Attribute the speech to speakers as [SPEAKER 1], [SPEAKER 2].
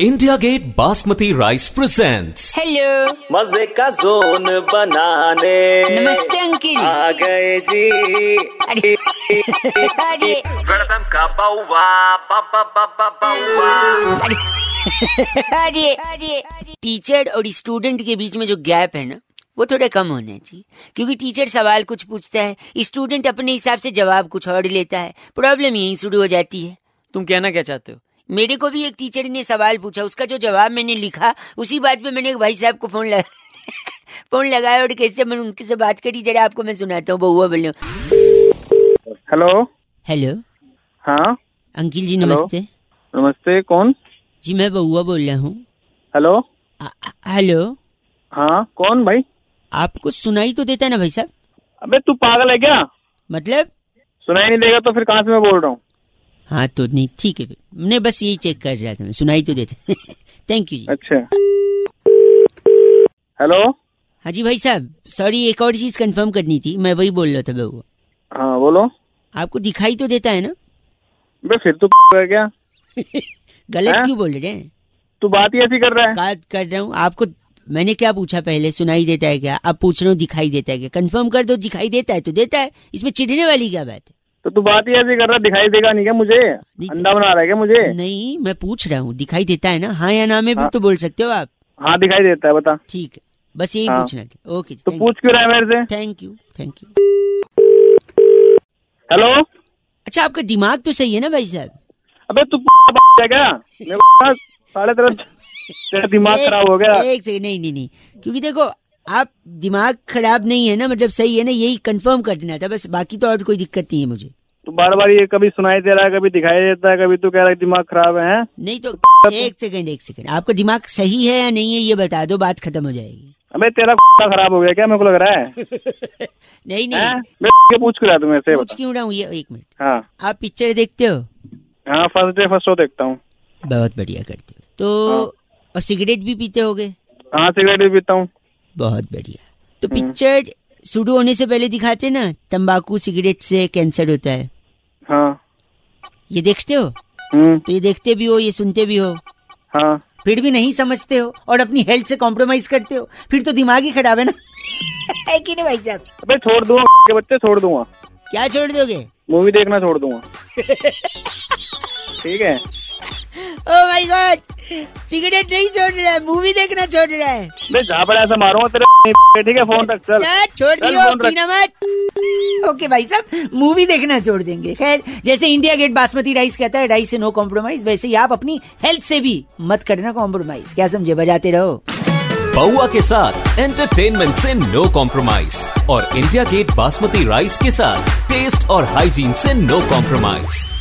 [SPEAKER 1] India Gate basmati rice presents
[SPEAKER 2] hello
[SPEAKER 3] मजे का zone बनाने
[SPEAKER 2] नमस्ते अंकिल
[SPEAKER 4] Ah.
[SPEAKER 3] आ गए जी
[SPEAKER 2] अरे अरे
[SPEAKER 3] वेलकम का बाउवा बाबा बाबा बाउवा
[SPEAKER 2] अरे अरे टीचर और स्टूडेंट के बीच में जो गैप है ना वो थोड़ा कम होना चाहिए क्योंकि टीचर सवाल कुछ पूछता है स्टूडेंट अपने हिसाब से जवाब कुछ और लेता है प्रॉब्लम यहीं शुरू हो जाती है
[SPEAKER 4] तुम कहना क्या चाहते हो
[SPEAKER 2] मेरे को भी एक टीचर ने सवाल पूछा उसका जो जवाब मैंने लिखा उसी बात पे मैंने एक भाई साहब को फोन लगा फोन लगाया और कैसे मैंने उनके से बात करी जरा आपको मैं सुनाता हूँ बहुआ बोलो
[SPEAKER 5] हेलो
[SPEAKER 2] हेलो
[SPEAKER 5] हाँ
[SPEAKER 2] अंकिल जी
[SPEAKER 5] हेलो।
[SPEAKER 2] नमस्ते
[SPEAKER 5] नमस्ते कौन
[SPEAKER 2] जी मैं बहुआ बोल रहा हूँ
[SPEAKER 5] हेलो
[SPEAKER 2] आ- आ- हेलो
[SPEAKER 5] हाँ कौन भाई
[SPEAKER 2] आपको सुनाई तो देता है ना भाई साहब
[SPEAKER 5] अबे तू पागल है क्या
[SPEAKER 2] मतलब
[SPEAKER 5] सुनाई नहीं देगा तो फिर कहाँ से मैं बोल रहा हूँ
[SPEAKER 2] हाँ तो नहीं ठीक है फिर नहीं बस यही चेक कर रहा था मैं सुनाई तो देता थैंक यू जी
[SPEAKER 5] अच्छा हेलो
[SPEAKER 2] हाँ जी भाई साहब सॉरी एक और चीज कंफर्म करनी थी मैं वही बोल रहा था बहू
[SPEAKER 5] हाँ बोलो
[SPEAKER 2] आपको दिखाई तो देता है ना
[SPEAKER 5] बे फिर तू है क्या
[SPEAKER 2] गलत
[SPEAKER 5] हाँ?
[SPEAKER 2] क्यों बोल रहे हैं
[SPEAKER 5] तू बात ही ऐसी कर रहा है
[SPEAKER 2] बात कर रहा हूँ आपको मैंने क्या पूछा पहले सुनाई देता है क्या अब पूछ रहा हूँ दिखाई देता है क्या कंफर्म कर दो दिखाई देता है तो देता है इसमें चिढ़ने वाली क्या बात है
[SPEAKER 5] तो तू बात ही ऐसी कर रहा है दिखाई देगा नहीं क्या मुझे
[SPEAKER 2] तो-
[SPEAKER 5] अंडा बना रहा है क्या मुझे
[SPEAKER 2] नहीं मैं पूछ रहा हूँ दिखाई देता है ना हाँ या ना में भी तो बोल सकते हो आप
[SPEAKER 5] हाँ दिखाई देता है बता
[SPEAKER 2] ठीक है बस यही
[SPEAKER 5] हाँ।
[SPEAKER 2] पूछना था ओके जी
[SPEAKER 5] तू
[SPEAKER 2] thank you।
[SPEAKER 5] पूछ क्यों रहा है मेरे से
[SPEAKER 2] thank you thank you
[SPEAKER 5] hello
[SPEAKER 2] अच्छा आपका दिमाग तो सही है ना भाई साहब
[SPEAKER 5] अबे तू है क्या मेरे को साढ़े तेरह तेरा दिमाग
[SPEAKER 2] एक-
[SPEAKER 5] खराब हो गया
[SPEAKER 2] एक सेकंड नहीं नहीं नहीं क्योंकि देखो आप दिमाग खराब नहीं है ना मतलब सही है ना यही कंफर्म कर देना था बस बाकी तो और कोई दिक्कत नहीं है मुझे
[SPEAKER 5] तू बार बार तो ये कभी सुनाई दे रहा है कभी दिखाई देता है कभी तू कह रहा है दिमाग खराब है हैं?
[SPEAKER 2] नहीं तो एक सेकंड एक सेकंड आपका दिमाग सही है या नहीं है ये बता दो बात खत्म हो जाएगी
[SPEAKER 5] अबे तेरा कुत्ता खराब हो गया क्या मेरे को लग रहा है
[SPEAKER 2] नहीं
[SPEAKER 5] हैं?
[SPEAKER 2] नहीं
[SPEAKER 5] मैं के पूछ कर तुम्हें से
[SPEAKER 2] पूछ
[SPEAKER 5] बता
[SPEAKER 2] क्यों रहा हूँ ये एक मिनट
[SPEAKER 5] हाँ
[SPEAKER 2] आप पिक्चर देखते हो
[SPEAKER 5] हाँ फर्स्ट डे फर्स्ट शो देखता हूँ
[SPEAKER 2] बहुत बढ़िया करते हो तो और सिगरेट भी पीते होगे
[SPEAKER 5] हाँ सिगरेट भी पीता हूँ
[SPEAKER 2] बहुत बढ़िया तो
[SPEAKER 5] हम्म।
[SPEAKER 2] पिक्चर शुरू होने से पहले दिखाते ना तंबाकू सिगरेट से कैंसर होता है
[SPEAKER 5] हाँ
[SPEAKER 2] ये देखते हो तो
[SPEAKER 5] हम्म
[SPEAKER 2] ये देखते भी हो ये सुनते भी हो
[SPEAKER 5] हाँ
[SPEAKER 2] फिर भी नहीं समझते हो और अपनी हेल्थ से कॉम्प्रोमाइज करते हो फिर तो दिमाग ही खराब है ना है कि नहीं भाई साहब
[SPEAKER 5] अबे छोड़ दूंगा के बच्चे छोड़ दूंगा
[SPEAKER 2] क्या छोड़ दोगे
[SPEAKER 5] मूवी देखना छोड़ दूंगा ठीक है
[SPEAKER 2] ओ माय गॉड सिगरेट नहीं छोड़ रहा है मूवी देखना छोड़ रहा है
[SPEAKER 5] मैं जहाँ पर ऐसा मारूंगा तेरे ठीक है फोन रख चल
[SPEAKER 2] चल, छोड़
[SPEAKER 5] चल,
[SPEAKER 2] दियो
[SPEAKER 5] फोन रख।
[SPEAKER 2] पीना मत ओके भाई साहब मूवी देखना छोड़ देंगे खैर जैसे इंडिया गेट बासमती राइस कहता है राइस से नो कॉम्प्रोमाइज वैसे ही आप अपनी हेल्थ से भी मत करना कॉम्प्रोमाइज क्या समझे बजाते रहो
[SPEAKER 1] बउआ के साथ एंटरटेनमेंट से नो कॉम्प्रोमाइज और इंडिया गेट बासमती राइस के साथ टेस्ट और हाइजीन से नो कॉम्प्रोमाइज